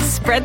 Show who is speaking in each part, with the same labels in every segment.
Speaker 1: spread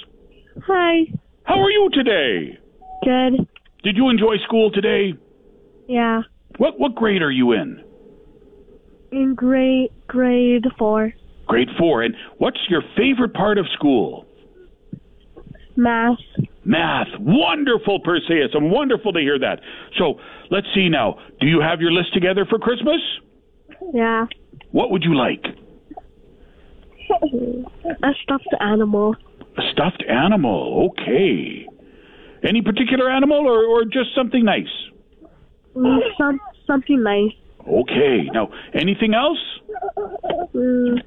Speaker 2: Hi.
Speaker 3: How are you today?
Speaker 2: Good.
Speaker 3: Did you enjoy school today?
Speaker 2: Yeah.
Speaker 3: What what grade are you in?
Speaker 2: In grade grade four.
Speaker 3: Grade four. And what's your favorite part of school?
Speaker 2: Math.
Speaker 3: Math. Wonderful, Perseus. I'm wonderful to hear that. So let's see now. Do you have your list together for Christmas?
Speaker 2: Yeah.
Speaker 3: What would you like?
Speaker 2: A stuffed animal.
Speaker 3: A stuffed animal. Okay. Any particular animal or, or just something nice?
Speaker 2: Mm, some something nice.
Speaker 3: Okay. Now, anything else?
Speaker 2: Mm,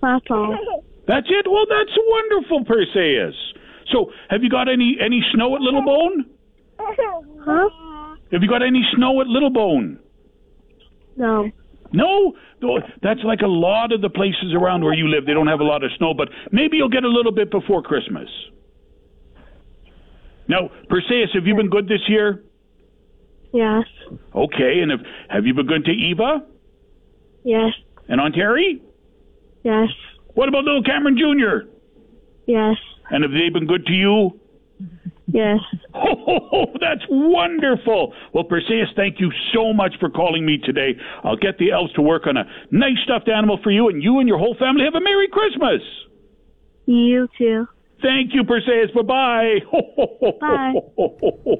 Speaker 2: that's all.
Speaker 3: That's it? Well, that's wonderful, Perseus. So, have you got any, any snow at Little Bone?
Speaker 2: Huh?
Speaker 3: Have you got any snow at Little Bone?
Speaker 2: No.
Speaker 3: No, Though that's like a lot of the places around where you live. They don't have a lot of snow, but maybe you'll get a little bit before Christmas. Now, Perseus, have you been good this year?
Speaker 2: Yes.
Speaker 3: Okay, and if, have you been good to Eva
Speaker 2: Yes.
Speaker 3: and Aunt Terry?
Speaker 2: Yes.
Speaker 3: What about little Cameron Jr.?
Speaker 2: Yes.
Speaker 3: And have they been good to you?
Speaker 2: Yes.
Speaker 3: Oh, oh, oh, that's wonderful. Well, Perseus, thank you so much for calling me today. I'll get the elves to work on a nice stuffed animal for you, and you and your whole family have a Merry Christmas.
Speaker 2: You too.
Speaker 3: Thank you, Perseus. Bye-bye.
Speaker 2: Bye.